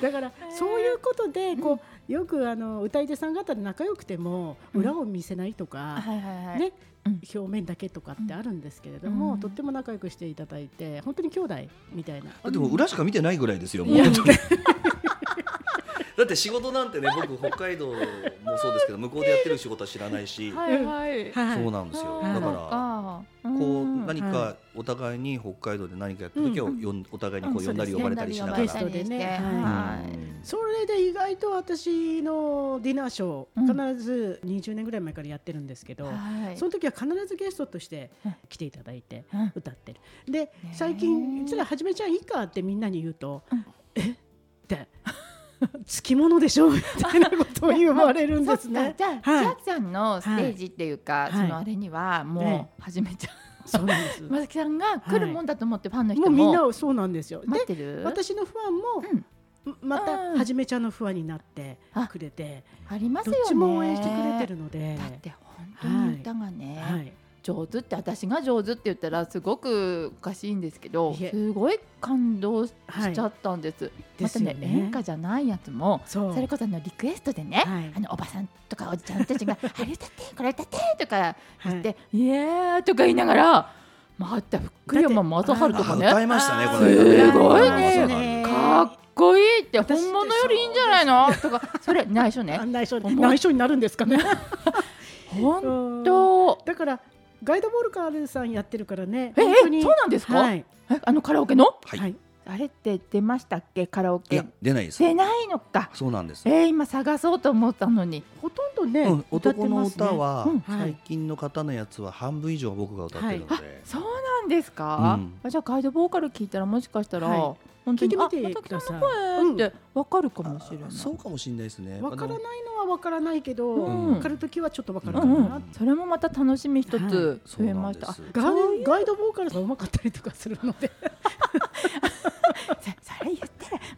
Speaker 2: だからそういうことでこうよくあの歌い手さん方で仲良くても
Speaker 1: うん
Speaker 2: 裏を見せないとか、
Speaker 1: はいはいはい。
Speaker 2: ね
Speaker 1: うん
Speaker 2: 表面だけとかってあるんですけれど
Speaker 1: う
Speaker 2: も、
Speaker 1: ん
Speaker 2: とっても仲良くしていただいて本当に兄弟みたいな。
Speaker 3: でも裏しか見てないぐらいですよもう
Speaker 2: いや
Speaker 3: 本当にだって仕事なんてね僕北海道もそうですけど向こうでやってる仕事は知らないし、
Speaker 1: はいはい。
Speaker 2: <laughs> はい
Speaker 3: そうなんですよ
Speaker 1: あー
Speaker 3: だから、
Speaker 1: そっか
Speaker 3: こうん何
Speaker 2: は
Speaker 3: かお互いに北海道で何かやった時は
Speaker 2: うん
Speaker 3: よんお互いにこ
Speaker 2: う
Speaker 3: うん呼んだり呼ばれたりしなが
Speaker 2: そ
Speaker 3: ら
Speaker 2: うです
Speaker 1: し
Speaker 2: ね
Speaker 1: て
Speaker 2: はい
Speaker 1: はい。
Speaker 2: それで意外と私のディナーショ
Speaker 1: うん
Speaker 2: ー必ず20年ぐらい前からやってるんですけど、
Speaker 1: はい
Speaker 2: その時は必ずゲストとして
Speaker 1: うん
Speaker 2: 来ていただいて
Speaker 1: うん
Speaker 2: 歌ってる。で
Speaker 1: え
Speaker 2: 最近「それはじめちゃんいいか?」ってみんなに言うと「 <laughs>
Speaker 1: うん
Speaker 2: えっ?」ってつきものでしょみたいなことを言われるんです
Speaker 1: そっか
Speaker 2: ね。
Speaker 1: <laughs> じゃあ、
Speaker 2: はい
Speaker 1: 千秋さんのステージっていうか、
Speaker 2: はい
Speaker 1: そのあれにはも
Speaker 2: ね
Speaker 1: う始めちゃ
Speaker 2: そうなんで
Speaker 1: <laughs>
Speaker 2: す。
Speaker 1: う。まさきさんが来るもんだと思ってファンの
Speaker 2: も
Speaker 1: 人
Speaker 2: うみん
Speaker 1: も
Speaker 2: なそうなんですよ。
Speaker 1: 待っ
Speaker 2: で、
Speaker 1: てる。
Speaker 2: 私のファン
Speaker 1: うん
Speaker 2: もま
Speaker 1: う
Speaker 2: た
Speaker 1: ん
Speaker 2: はじめちゃんのファンになってくれて、
Speaker 1: あります
Speaker 2: ど
Speaker 1: よ
Speaker 2: っ
Speaker 1: ね。
Speaker 2: ちも応援してくれてるので
Speaker 1: だ、って本当に歌がね、
Speaker 2: はい。
Speaker 1: 上手って私が上手って言ったらすごくおかしいんですけど
Speaker 2: いえ
Speaker 1: すごい感動しちゃったんです、またね
Speaker 2: ですよね
Speaker 1: 演歌じゃないやつも
Speaker 2: そう。
Speaker 1: それこそあのリクエストでね、
Speaker 2: はい
Speaker 1: あのおばさんとかおじちゃんたち
Speaker 2: <laughs>
Speaker 1: が「あれ歌ってこれ歌って」とか
Speaker 2: はい
Speaker 1: 言って「イエー」とか言いながらまたふっくり山正治とか
Speaker 3: あ歌
Speaker 1: ね
Speaker 3: いましたね
Speaker 2: あー
Speaker 3: この間
Speaker 1: すごいね
Speaker 3: そうなんです
Speaker 1: かっこいいって
Speaker 2: 私って
Speaker 1: 本物よりいいんじゃないのとかそれ内緒ね
Speaker 2: あ内緒
Speaker 1: 思う
Speaker 2: 内緒になるんですかね。
Speaker 1: 本
Speaker 2: うん
Speaker 1: 当
Speaker 2: だからガイドボールカールさんやってるからね。
Speaker 1: え
Speaker 2: 本当に
Speaker 1: えそうなんですか、
Speaker 2: はい
Speaker 1: えあのカラオケの
Speaker 3: はい
Speaker 2: はい。
Speaker 1: あれって出ましたっけカラオ
Speaker 3: い
Speaker 1: ケ
Speaker 3: や出ないです
Speaker 1: 出ないのか
Speaker 3: そうなんです、
Speaker 1: えー、今探そうと思ったのに
Speaker 2: ほとんどね、
Speaker 3: うん、
Speaker 2: 歌って
Speaker 3: 男の
Speaker 2: ますね
Speaker 3: 歌は、
Speaker 1: うん
Speaker 2: はい
Speaker 3: 最近の方のやつは半分以上僕が歌ってるので、
Speaker 1: そうなんですか、
Speaker 3: うん
Speaker 1: あじゃあガイドボーカル聞いたらもしかしたら、
Speaker 2: は
Speaker 1: 本当に
Speaker 2: 聞いてみて
Speaker 1: あ
Speaker 2: くださ
Speaker 1: ま
Speaker 2: い
Speaker 1: たきさんの声ってわかるかもしれない、
Speaker 3: あそうかもしれないですね
Speaker 2: わから
Speaker 3: あ
Speaker 2: ない
Speaker 3: の
Speaker 2: のはわからないけど、
Speaker 1: うん
Speaker 2: わかるときはちょっとわかる
Speaker 1: う
Speaker 2: かな。
Speaker 1: んうん、それもまた楽しみ一つ
Speaker 3: そ
Speaker 1: 増
Speaker 3: う
Speaker 1: え
Speaker 3: な
Speaker 1: ま
Speaker 3: ん
Speaker 1: し
Speaker 3: で
Speaker 1: た、
Speaker 3: す
Speaker 1: あ
Speaker 2: ガイガイドボーカルがうまかったりとかするので、
Speaker 1: そそれ言っ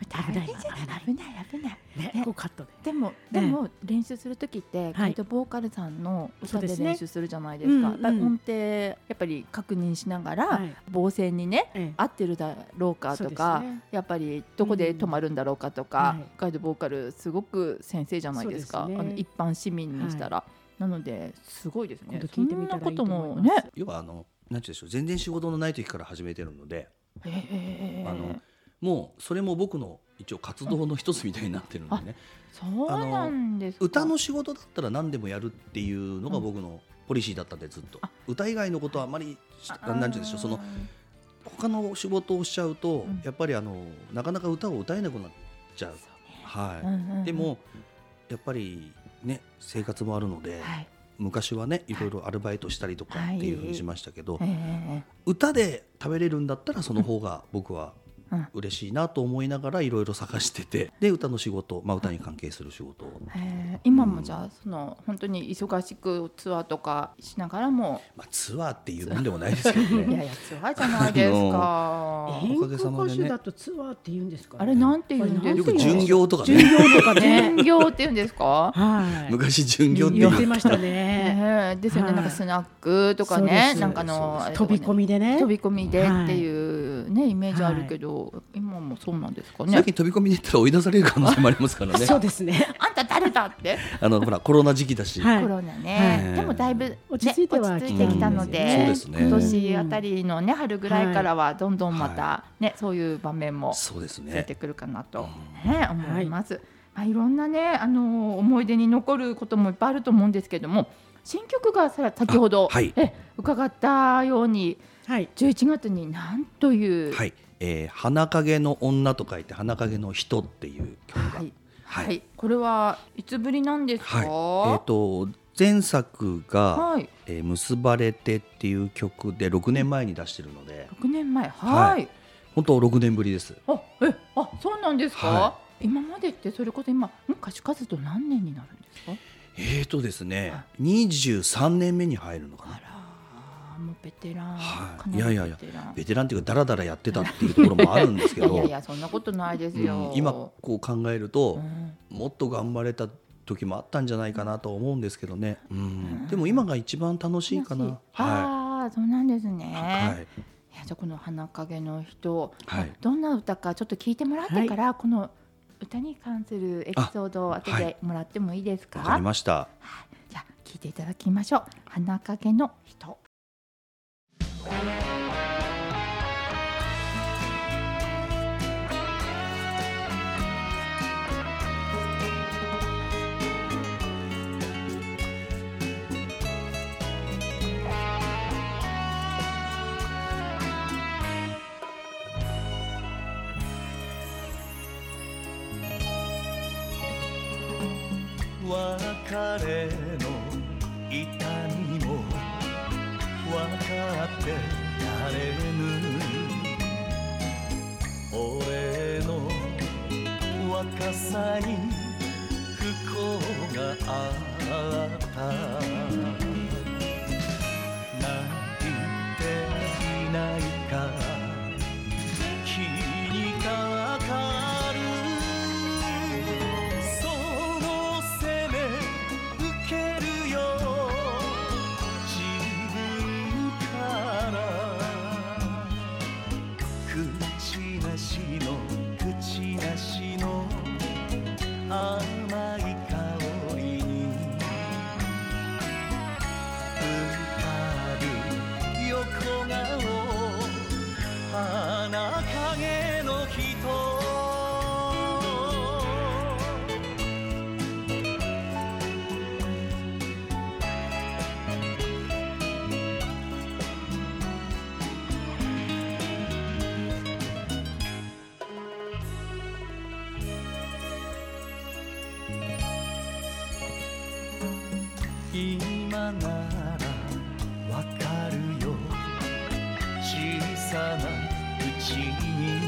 Speaker 1: たら大変じゃない危ない危ない
Speaker 2: ねこうカットで。
Speaker 1: でもでも練習する時ってガイドボーカルさんの歌
Speaker 2: そうで
Speaker 1: です
Speaker 2: ね
Speaker 1: 練習するじゃないですか
Speaker 2: うんうん
Speaker 1: だから音程やっぱり確認しながら
Speaker 2: い。
Speaker 1: 防線にね
Speaker 2: え
Speaker 1: 合ってるだろうかと
Speaker 2: そう
Speaker 1: か、
Speaker 2: ですね
Speaker 1: やっぱりどこで止まるんだろうかとか、
Speaker 2: うんはい
Speaker 1: ガイドボーカルすごく先生じゃないですか
Speaker 2: そうです
Speaker 1: あ
Speaker 2: ね
Speaker 1: の一般市民にしたら、なのですごいですね
Speaker 2: 今度聞いてみたらいいと思います
Speaker 1: そんなこともね、
Speaker 3: 要はあのなんていうんでしょう全然仕事のない時から始めてるので
Speaker 1: えー
Speaker 3: あのもうそれも僕の一応活動の一つみたいになってるんでね、
Speaker 1: そうなんですか
Speaker 3: 歌の仕事だったら何でもやるっていうのが僕のポリシーだったんでずっと、
Speaker 1: あ
Speaker 3: 歌以外のことはあまりし
Speaker 1: あー
Speaker 3: なんていうんでしょうその他の仕事をしちゃうと、
Speaker 1: うん
Speaker 3: やっぱりあのなかなか歌を歌えなくなっちゃう、はい、
Speaker 1: うんうんうん
Speaker 3: でもやっぱりね生活もあるので、
Speaker 1: はい、
Speaker 3: 昔はねいろいろアルバイトしたりとかっていうふうにしましたけど、
Speaker 1: え
Speaker 3: 歌で食べれるんだったらその方が僕は
Speaker 1: うん
Speaker 3: 嬉しいなと思いながらいろいろ探しててで歌の仕事、まあ、歌に関係する仕事を、
Speaker 1: ーえー今もじゃあその本当に忙しくツアーとかしながらも、
Speaker 3: まあ、ツアーっていうもんでもないですけ
Speaker 1: <laughs>
Speaker 3: ど
Speaker 1: いや
Speaker 3: ね
Speaker 1: いやツアーじゃないですか
Speaker 3: あの
Speaker 2: 変
Speaker 3: おかげさ
Speaker 2: 更
Speaker 3: ま
Speaker 2: 歌
Speaker 3: でね
Speaker 2: 手だとツアーって言うんですか、
Speaker 1: あれなんて言うんですか
Speaker 3: よ
Speaker 2: あ
Speaker 3: く
Speaker 2: れなんて言うん
Speaker 3: 巡業とか
Speaker 2: 巡
Speaker 3: ね
Speaker 2: 業とかね。
Speaker 1: 巡業って言うんです
Speaker 3: <laughs>
Speaker 1: か
Speaker 2: <laughs> はい。
Speaker 3: 昔巡業ってい
Speaker 2: 言って
Speaker 3: う
Speaker 2: ましたね。
Speaker 1: ねえですよね、
Speaker 2: はい
Speaker 1: なんかスナックとか
Speaker 2: そう
Speaker 1: ね
Speaker 2: で、す
Speaker 1: なんかあの、あれと
Speaker 2: 飛
Speaker 1: かね
Speaker 2: び込みでね。
Speaker 1: 飛び込みでっていうね、イメージあるけど、今もそうなんですかね
Speaker 3: 最。近飛び込みに行ったら追い出される可能性もありますからね
Speaker 2: そうですね。
Speaker 1: あんた誰だって、
Speaker 3: あのほらコロナ時期だし、
Speaker 2: はい
Speaker 1: コロナね、
Speaker 3: はい
Speaker 1: でもだいぶ、ね、
Speaker 2: 落ち着いては
Speaker 1: 落ち着いてきたので,、
Speaker 3: そうですね
Speaker 1: 今年あたりのね春ぐらいからはどんどんまたね、そういう場面も
Speaker 3: そうです
Speaker 1: つい
Speaker 3: ね
Speaker 1: てくるかなと、
Speaker 3: う
Speaker 1: ね、思います。いまあ、いろんなね、あの思い出に残ることもいっぱいあると思うんですけども新曲がさら先ほど、
Speaker 3: あはい
Speaker 1: え伺ったように
Speaker 2: はい。
Speaker 1: 11月になんという、
Speaker 3: はい、えー花影の女と書いて花影の人っていう曲が、
Speaker 1: はい
Speaker 3: はい
Speaker 1: はいこれはいつぶりなんですか、
Speaker 3: はいえっ、と前作が、
Speaker 1: はい
Speaker 3: えー結ばれて」っていう曲で6年前に出してるので
Speaker 1: 6年前はい、
Speaker 3: 本当6年ぶりです
Speaker 1: あえあそうなんですか、
Speaker 3: は
Speaker 1: 今までってそれこそ今ん歌手活動何年になるんですか
Speaker 3: えーとですね、
Speaker 1: は
Speaker 3: 23年目に入るのか
Speaker 1: あ
Speaker 3: な
Speaker 1: らーもうベテラン、
Speaker 3: はい
Speaker 1: かなり
Speaker 3: いやいやいや
Speaker 1: ベテラン
Speaker 3: ベテランっていうかダラダラやってたっていうところもあるんですけ
Speaker 1: <laughs> い
Speaker 3: ど
Speaker 1: やいやそんなことないですよ、
Speaker 3: うん今こう考えると
Speaker 1: う、ん
Speaker 3: もっと頑張れた時もあったんじゃないかなと思うんですけどね、うん
Speaker 1: うん
Speaker 3: でも今が一番楽しいかなは
Speaker 1: ああそうなんですね、
Speaker 3: い、はい
Speaker 1: いやじゃあこの花影の人、
Speaker 3: はい
Speaker 1: どんな歌かちょっと聞いてもらってから、この歌に関するエピソードを当て
Speaker 3: は
Speaker 1: てもらってもいいですか。
Speaker 3: わかりました
Speaker 1: じゃあ聞いていただきましょう。花影の人。
Speaker 4: 別れの痛みも分かってられぬ俺の別若さに不幸があった泣いていないか気にかかるその責め受けるよ自分から口なしの口なしの甘い香りに浮かぶ横顔花影の人今ならわかるよ小さなうちに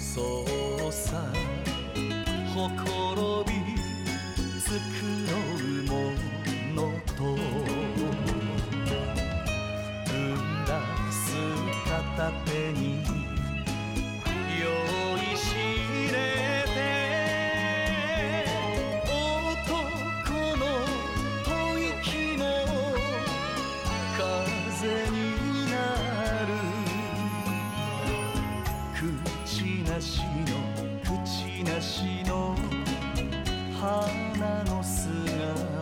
Speaker 4: そうさほころび繕うものとうんだす片手に酔いしれて男の吐息も風になる口なしの口なしの花の素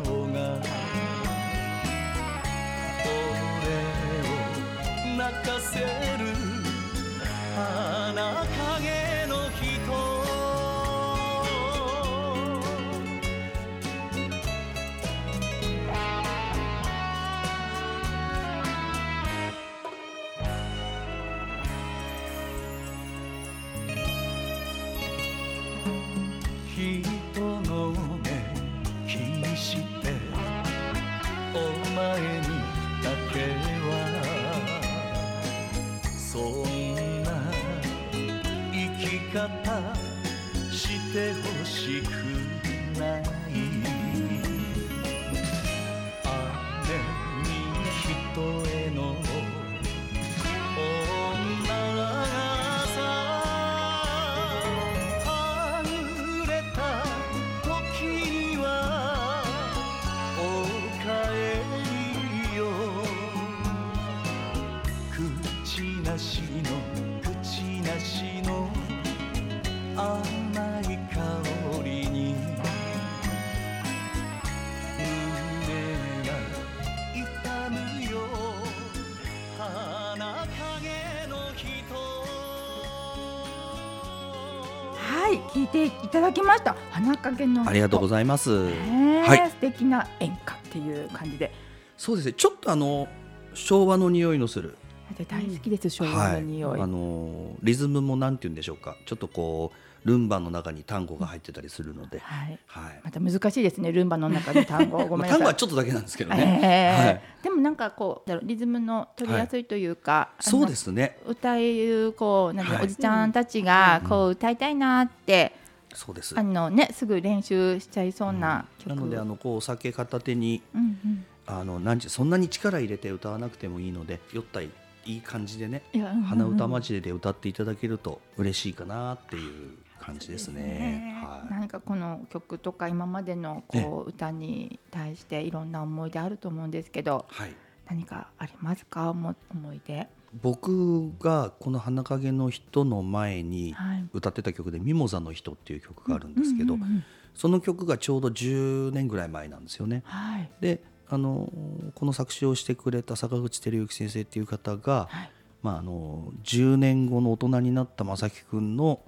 Speaker 4: 顔が俺を泣かせる花影の人人の目気にしてお前にだけはそんな生き方してほしくない雨に人への女がさはぐれた時にはおかえりよ口なしの口なしの甘い香りに胸が痛むよ花影の人
Speaker 1: はい聞いていただきました花影の
Speaker 3: ありがとうご
Speaker 1: ざい
Speaker 3: ざいます。
Speaker 1: ます、
Speaker 3: はい
Speaker 1: 素敵な演歌っていう感じで
Speaker 3: そうですね。ちょっとあの昭和の匂いのする。
Speaker 1: 私大好きです昭和の匂い、
Speaker 3: はい、あのリズムもなんて言うんでしょうか。ちょっとこうルンバの中に単語が入ってたりするので、
Speaker 1: はい
Speaker 3: はい。
Speaker 1: また難しいですねルンバの中の単語ご
Speaker 3: <laughs> ま
Speaker 1: め
Speaker 3: あ、
Speaker 1: んな
Speaker 3: 単
Speaker 1: さ
Speaker 3: 語はいちょっとだけなんですけどね。
Speaker 1: え
Speaker 3: は
Speaker 1: え
Speaker 3: い
Speaker 1: でもなんかこうだろうリズムの取りやすいというか、
Speaker 3: そうですすね。
Speaker 1: 歌えるこうなんか
Speaker 3: はい
Speaker 1: おじちゃんたちがこう歌いたいなって、
Speaker 3: そうです。
Speaker 1: あのねすぐ練習しちゃいそうな曲、
Speaker 3: なのであのこうお酒片手に
Speaker 1: うんうん
Speaker 3: あのなんちそんなに力入れて歌わなくてもいいので酔ったいいい感じでね
Speaker 1: いやうんうんうん
Speaker 3: 鼻歌混じりで歌っていただけると嬉しいかなっていう感じですね。は
Speaker 1: なんかこの曲とか今までのこう歌に対していろんな思い出あると思うんですけど
Speaker 3: い、はい、
Speaker 1: 何かありますか思思い出
Speaker 3: 僕がこの「花影の人」の前に
Speaker 1: はい
Speaker 3: 歌ってた曲で「ミモザの人」っていう曲があるんですけど、
Speaker 1: うんうんうん
Speaker 3: その曲がちょうど10年ぐらい前なんですよね。
Speaker 1: はい
Speaker 3: であのこの作詞をしてくれた坂口照之先生っていう方が、
Speaker 1: はい
Speaker 3: まあ、あの10年後の大人になった正輝くんの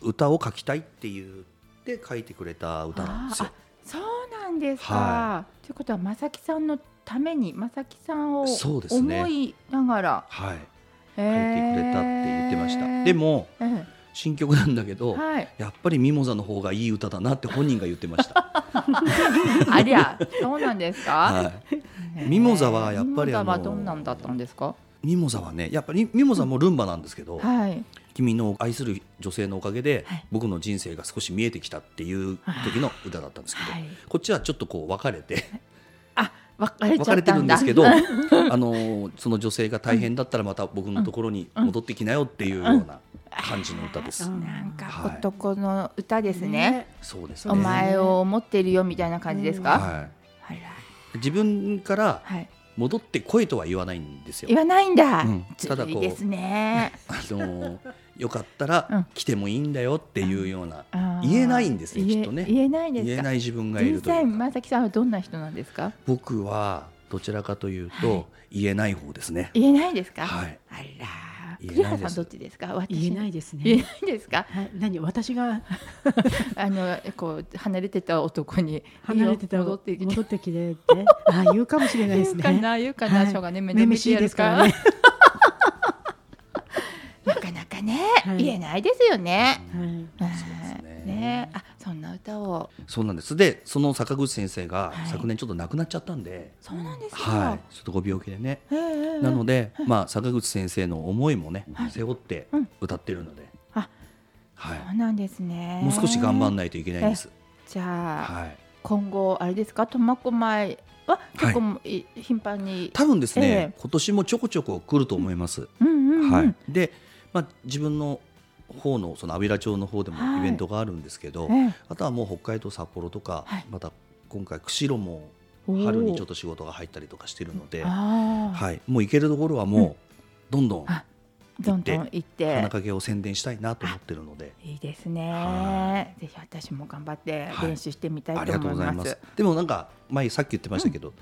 Speaker 3: 歌を書きたいっていうで書いてくれた歌なんですよ
Speaker 1: あ。そうなんですか、
Speaker 3: は
Speaker 1: ということは正木さんのために正木さんを
Speaker 3: そうですね
Speaker 1: 思いながら
Speaker 3: はい、書いて
Speaker 1: 書い
Speaker 3: くれたって言ってました。で、も
Speaker 1: ええ
Speaker 3: 新曲なんだけど、
Speaker 1: はい、
Speaker 3: やっぱりミモザの方がいい歌だなって本人が言ってま
Speaker 1: <laughs>
Speaker 3: した。
Speaker 1: ありゃそうなんですか、
Speaker 3: <laughs> はい、ミモザはやっぱり
Speaker 1: ミモザ
Speaker 3: あ
Speaker 1: は
Speaker 3: の
Speaker 1: どんなんだったんですか
Speaker 3: ミモザはね、やっぱりミモザもルンバなんですけど、
Speaker 1: はい
Speaker 3: 君の愛する女性のおかげで、
Speaker 1: はい
Speaker 3: 僕の人生が少し見えてきたっていう時の歌だったんですけど、
Speaker 1: はい
Speaker 3: こっちはちょっとこう別れて
Speaker 1: あ、別れち
Speaker 3: 別
Speaker 1: ゃ
Speaker 3: れ
Speaker 1: ってた
Speaker 3: る
Speaker 1: ん
Speaker 3: んで
Speaker 1: だ。
Speaker 3: すけ
Speaker 1: <laughs>
Speaker 3: どあのーその女性が大変だったらまた僕のところに戻ってきなよっていうような感じの歌です。
Speaker 2: うん
Speaker 1: なんか
Speaker 3: はい
Speaker 1: 男の歌ですね。
Speaker 3: そうですね
Speaker 1: お前を思ってるよみたいな感じですか。
Speaker 3: は
Speaker 1: あら
Speaker 3: い、自分から
Speaker 1: はい。
Speaker 3: 戻ってこいとは言わないんですよ
Speaker 1: 言。わないんだ
Speaker 3: うん。
Speaker 1: ず
Speaker 3: ただ
Speaker 1: る
Speaker 3: こう
Speaker 1: いですね。
Speaker 3: あのーよかった
Speaker 1: うん
Speaker 3: ら来てもいいんだよっていうような
Speaker 1: あー
Speaker 3: 言えないんですね
Speaker 1: 言え
Speaker 3: きっとね
Speaker 1: 言えないで
Speaker 3: 言
Speaker 1: す
Speaker 3: え
Speaker 1: か
Speaker 3: な。い自分がいる
Speaker 1: 実
Speaker 3: とい
Speaker 1: 際
Speaker 3: うか
Speaker 1: まさきさんはどんな人なんですか。
Speaker 3: 僕はどちらかというと、
Speaker 1: は
Speaker 3: 言えない方ですね。
Speaker 1: 言えないですか。
Speaker 3: はい。
Speaker 1: あら。
Speaker 3: 言えないです
Speaker 1: 栗原さんどっちですか。私
Speaker 2: 言えないです
Speaker 1: 言え
Speaker 2: ね。
Speaker 1: ないです
Speaker 3: <laughs>
Speaker 1: か。
Speaker 2: はい、何私が
Speaker 1: あのこう離れてた男に
Speaker 2: 離れてた
Speaker 1: 戻ってきて
Speaker 2: 戻ってきてってあ言うかもしれないです
Speaker 1: <laughs> 言うか
Speaker 2: ね。
Speaker 1: な言うかな、
Speaker 2: はい
Speaker 1: しょうがね
Speaker 2: め
Speaker 1: 面倒見
Speaker 2: めめ
Speaker 1: て
Speaker 2: しい
Speaker 1: や
Speaker 2: で
Speaker 1: る
Speaker 2: す
Speaker 1: か
Speaker 2: かららね。
Speaker 1: <laughs> なかなかね、
Speaker 2: はい
Speaker 1: 言えないですよね。
Speaker 2: はい
Speaker 1: そう
Speaker 3: ですね
Speaker 1: ねあそんな歌を
Speaker 3: そうなんです。で、その坂口先生が
Speaker 1: はい
Speaker 3: 昨年ちょっと亡くなっちゃったんで、
Speaker 1: そうなんですよ。
Speaker 3: はい、ちょっとご病気でね。
Speaker 1: ええええ
Speaker 3: なので、まあ坂口先生の思いもね、背負って
Speaker 1: うん
Speaker 3: 歌ってるので、
Speaker 1: あ
Speaker 3: はい
Speaker 1: そうなんですね。
Speaker 3: もう少し頑張ん
Speaker 1: ない。
Speaker 3: ないといけないんです。
Speaker 1: じゃあ、
Speaker 3: はい。
Speaker 1: 今後あれですか苫小牧は結構、い頻繁に。
Speaker 3: 多分ですね
Speaker 1: え、
Speaker 3: 今年もちょこちょこ来ると思います。
Speaker 1: うんうんうん
Speaker 3: はい。で、まあ自分の方のその安平町の方で
Speaker 1: は
Speaker 3: も
Speaker 1: い
Speaker 3: イベントがあるんですけど、
Speaker 1: ええ
Speaker 3: あとはもう北海道札幌とか、
Speaker 1: はい
Speaker 3: また今回釧路も
Speaker 1: おー
Speaker 3: 春にちょっと仕事が入ったりとかしてるので、
Speaker 1: ああ、
Speaker 3: はい、もう行けるところはもうどんどん
Speaker 1: あどんどん行って。
Speaker 3: 花影を宣伝したいなと思ってるので、
Speaker 1: いいですね
Speaker 3: は。
Speaker 1: ぜひ私も頑張って
Speaker 3: はい
Speaker 1: 練習してみたい
Speaker 3: あり
Speaker 1: と
Speaker 3: がとう
Speaker 1: 思い
Speaker 3: ございま
Speaker 1: ますす。。
Speaker 3: でもなんか前さっき言ってましたけど、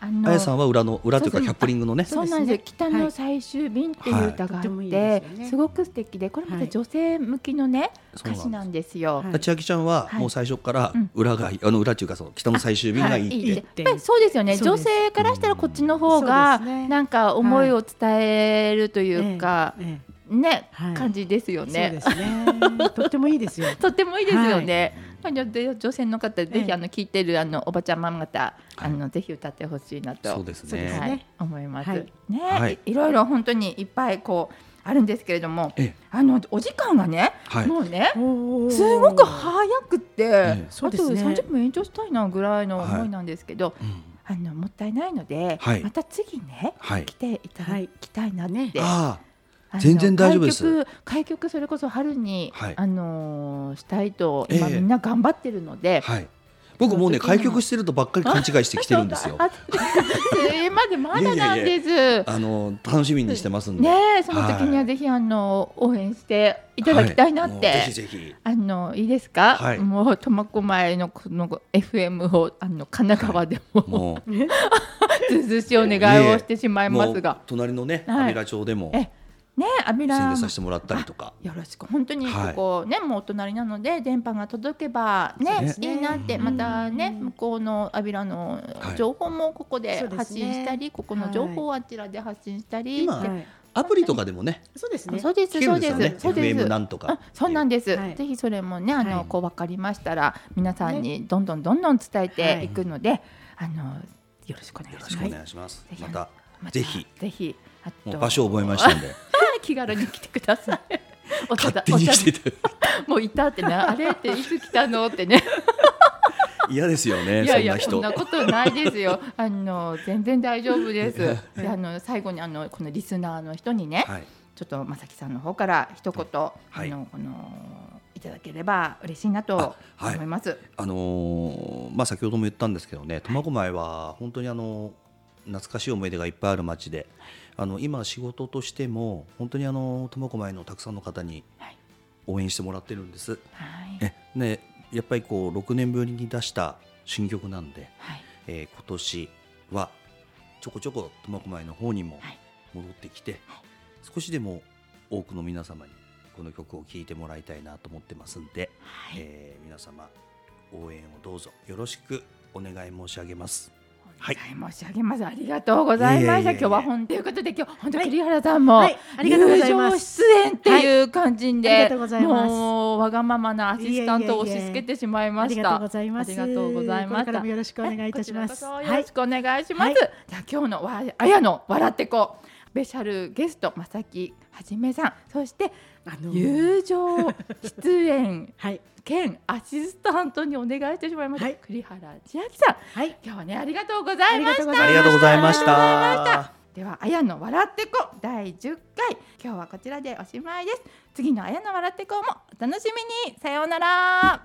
Speaker 1: あ
Speaker 3: あ
Speaker 1: の
Speaker 3: やさんは裏の裏という
Speaker 1: そうそ
Speaker 3: か
Speaker 1: う
Speaker 3: キャップリングのね、
Speaker 1: そうなんですよ。北
Speaker 2: は
Speaker 1: の
Speaker 2: い
Speaker 1: 最終便っていう歌があ
Speaker 2: はい
Speaker 1: っ
Speaker 2: とてもいい
Speaker 1: て
Speaker 2: ですよね
Speaker 1: すごく素敵で、これま
Speaker 2: は
Speaker 1: た
Speaker 2: い
Speaker 1: 女性向きのね
Speaker 3: そう
Speaker 1: 歌詞な
Speaker 3: なんん
Speaker 1: ですよ
Speaker 2: は。い
Speaker 3: 千秋ちゃんは
Speaker 1: はい
Speaker 3: もう最初から
Speaker 1: うん
Speaker 3: 裏がいい、あの裏というかその北の最終便がいいって、
Speaker 1: はい
Speaker 2: って
Speaker 1: やっぱりそうですよね。
Speaker 2: そう
Speaker 1: 女
Speaker 2: です
Speaker 1: 性からしたらこっちの方が
Speaker 2: そうですね
Speaker 1: なんか思いを伝えるというか
Speaker 2: えええ
Speaker 1: ね
Speaker 2: はい
Speaker 1: 感じですよ
Speaker 2: え
Speaker 1: ね。
Speaker 2: そうですね。 <laughs> とってもいいで
Speaker 1: <laughs>
Speaker 2: すよ。
Speaker 1: とってもいいですよね。まあ、女女性の方、ぜ
Speaker 2: え
Speaker 1: ひ
Speaker 2: え
Speaker 1: あの聞いてるあのおばちゃんママ方、あのぜひ歌ってほしいなと。
Speaker 3: そうですね
Speaker 1: はい
Speaker 2: ね
Speaker 1: 思います。
Speaker 2: はい
Speaker 1: ね、
Speaker 3: はい
Speaker 1: い、いろいろ本当にいっぱいこうあるんですけれども、
Speaker 3: ええ
Speaker 1: あのお時間がね、
Speaker 3: はい
Speaker 1: もうね。
Speaker 2: おー
Speaker 1: すごく早くって、
Speaker 3: え
Speaker 2: そう
Speaker 1: あと
Speaker 2: ですね
Speaker 1: 30分延長したいなぐらいの思いなんですけど、
Speaker 3: うん
Speaker 1: あのもったいないので、
Speaker 3: はい
Speaker 1: また次ね、
Speaker 3: はい
Speaker 1: 来ていただきたいなって、
Speaker 2: はい
Speaker 3: あ
Speaker 1: あの
Speaker 3: 全然大丈夫です
Speaker 1: 開局開局それこそ春に、
Speaker 3: はい
Speaker 1: あのーしたいと今
Speaker 3: ええ
Speaker 1: みんな頑張ってるので、
Speaker 3: あはい僕もうね開局してるとばっかり勘違いしてきてるんですよ
Speaker 1: <laughs> あそうかあ <laughs> まだまだなんです。
Speaker 3: あの楽しみにしてますんで、
Speaker 1: ねえその時にはぜひあの応援していただきたいなって。
Speaker 3: はいもうぜひぜひ
Speaker 1: あのいいですか、
Speaker 3: はい
Speaker 1: もう苫小牧のこの FM をあの神奈川でも、
Speaker 3: もう
Speaker 1: <laughs> ずうずうしいお願いをしてしまいます
Speaker 3: も
Speaker 1: が
Speaker 3: う、隣のね、
Speaker 1: はい
Speaker 3: 安平町でも
Speaker 1: えねえアビ
Speaker 3: 宣
Speaker 1: ラ
Speaker 3: 伝させてもらったりとか、
Speaker 1: よろしく本当にこ
Speaker 3: はい
Speaker 1: こね、もうお隣なので電波が届けば
Speaker 2: そう
Speaker 1: ね
Speaker 2: ですね
Speaker 1: いいなって
Speaker 2: うん
Speaker 1: またね向こうのアビラの
Speaker 3: はい
Speaker 1: 情報もここで
Speaker 2: そうですね
Speaker 1: 発信したり、ここの情報をあちらで発信したり、
Speaker 3: 今
Speaker 2: はい。
Speaker 3: アプリとかでもね、
Speaker 2: そうですね。
Speaker 1: そうで
Speaker 3: 聞
Speaker 1: す
Speaker 3: け
Speaker 1: そ
Speaker 3: る
Speaker 1: うん
Speaker 3: です
Speaker 1: で
Speaker 3: よ
Speaker 1: す
Speaker 3: ね。
Speaker 1: そうです
Speaker 3: FM なんとか
Speaker 1: あ、。そうなんです。
Speaker 2: はい
Speaker 1: ぜひそれもね、あの、
Speaker 2: はい
Speaker 1: こう分かりましたら、皆さんにどんどんどんどん伝えていくので、あのよろしくお願い
Speaker 3: よろ
Speaker 1: し
Speaker 3: し
Speaker 1: ま
Speaker 3: くお
Speaker 1: す。
Speaker 3: 願いします
Speaker 1: ぜ。ひ
Speaker 3: また
Speaker 1: また
Speaker 3: ぜひ
Speaker 1: ぜひあと
Speaker 3: もう場所を覚えましたんで、
Speaker 1: <laughs> 気軽に来てくだ
Speaker 3: <laughs>
Speaker 1: さい。お茶
Speaker 3: 勝
Speaker 1: だ
Speaker 3: 手
Speaker 1: お
Speaker 3: に
Speaker 1: 茶
Speaker 3: 来てて
Speaker 1: もういたってね、あれっていつ来たのってね、
Speaker 3: 嫌ですよね。
Speaker 1: い
Speaker 3: そ
Speaker 1: やい
Speaker 3: んな
Speaker 1: やそん
Speaker 3: 人。
Speaker 1: な
Speaker 3: は
Speaker 1: ことないですよ。あの全然大丈夫です。であの最後にあのこのリスナーの人にね、
Speaker 3: い。
Speaker 1: ちょっとまさきさんの方から一言、
Speaker 3: い
Speaker 1: あのこのいただければ嬉しいなと
Speaker 3: あはい
Speaker 1: 思います。
Speaker 3: あのーまあ先ほども言ったんですけどね、苫小牧は本当にあの懐かしい思い出がいっぱいある町で、あの今仕事としても本当にあの苫小牧のたくさんの方に
Speaker 1: はい
Speaker 3: 応援してもらってるんです。
Speaker 1: はい
Speaker 3: えねやっぱりこう6年ぶりに出した新曲なんで、
Speaker 1: はい
Speaker 3: えー今年はちょこちょこ苫小牧の方にも
Speaker 1: はい
Speaker 3: 戻ってきて、少しでも多くの皆様にこの曲を聴いてもらいたいなと思ってますんで、
Speaker 1: はい
Speaker 3: えー皆様応援をどうぞよろしくお願い申し上げます。はい
Speaker 1: お願い申し上げます。ありがとうございました。
Speaker 3: いえいえいえいえ
Speaker 1: 今日は本ということで、今日本当栗原さんも、
Speaker 2: はいありがとうございます
Speaker 1: 友情出演っていう感じで、
Speaker 2: はいありがとうございます
Speaker 1: もうわがままなアシスタントを押し付けてしまいま
Speaker 2: あ
Speaker 1: し
Speaker 2: り
Speaker 1: た。
Speaker 2: がとうございます。
Speaker 1: ありがとうございました
Speaker 2: これからもよろしくお願いいたします。
Speaker 1: こちらこそよ
Speaker 2: は
Speaker 1: ろ
Speaker 2: い
Speaker 1: し。くお願いします。
Speaker 2: はい
Speaker 1: じゃあ今日のわあやの笑ってこう。ペシャルゲスト正木はじめさんそして
Speaker 2: あの
Speaker 1: 友情出演
Speaker 2: はい
Speaker 1: 兼アシスタントにお願いしてしまいました、
Speaker 2: はい
Speaker 1: 栗原千秋さん
Speaker 2: はい
Speaker 1: 今日はねありがとうございました
Speaker 3: ありがとうございました。
Speaker 1: では「あやの笑ってこ」第10回今日はこちらでおしまいです次の「あやの笑ってこ」もお楽しみにさようなら